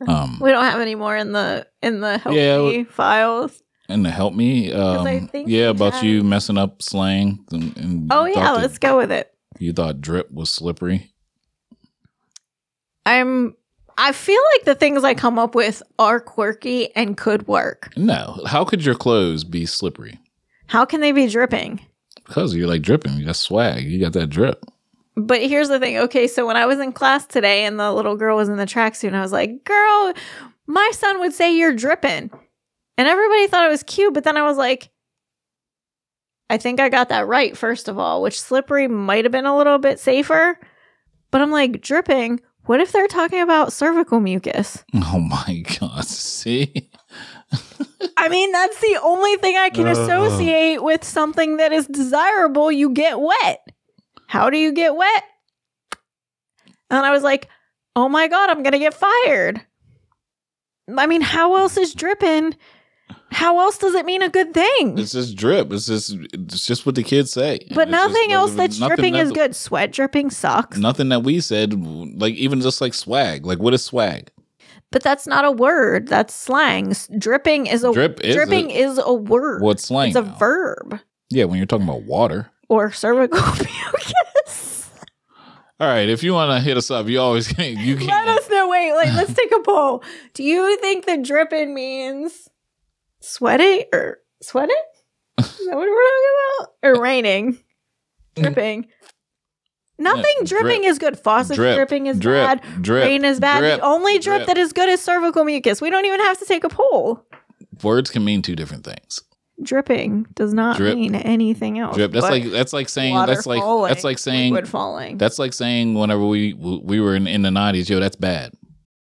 Um, We don't have any more in the in the help Yeah, me files. and to help me, I um, think yeah, we about had- you messing up slang. And, and Oh you yeah, thought that- let's go with it. You thought drip was slippery. I'm I feel like the things I come up with are quirky and could work. No, how could your clothes be slippery? How can they be dripping? Because you're like dripping. You got swag. You got that drip. But here's the thing. Okay, so when I was in class today and the little girl was in the tracksuit, and I was like, girl, my son would say you're dripping. And everybody thought it was cute, but then I was like, I think I got that right, first of all, which slippery might have been a little bit safer. But I'm like, dripping? What if they're talking about cervical mucus? Oh my god! See, I mean, that's the only thing I can Ugh. associate with something that is desirable. You get wet. How do you get wet? And I was like, oh my God, I'm going to get fired. I mean, how else is dripping? How else does it mean a good thing? it's just drip. It's just it's just what the kids say. but It's just- nothing else that's nothing dripping is that's- good. Sweat dripping sucks. Nothing that we said, like even just like swag. Like what is swag? But that's not a word. That's slang. S- Dripping is a Drip is a- dripping is a word. What's slang? It's a now? verb Yeah, when you're talking about water. or cervical mucus. All right, if you want to hit us up, you always can. You can. Let us know. Wait, like let's take a poll. Do you think the dripping means sweating or sweating? Is that what we're talking about? Or raining? Dripping. Nothing Yeah, dripping Mm. drip. is good. Faucet Drip, dripping is drip, bad. drip, Rain is bad. drip, the only drip, that is good is cervical mucus. We don't even have to take a poll. Words can mean two different things. Dripping does not Drip. mean anything else. Drip. That's but like that's like saying water that's like falling, that's like saying liquid falling. that's like saying whenever we we were in, in the nineties, yo, that's bad.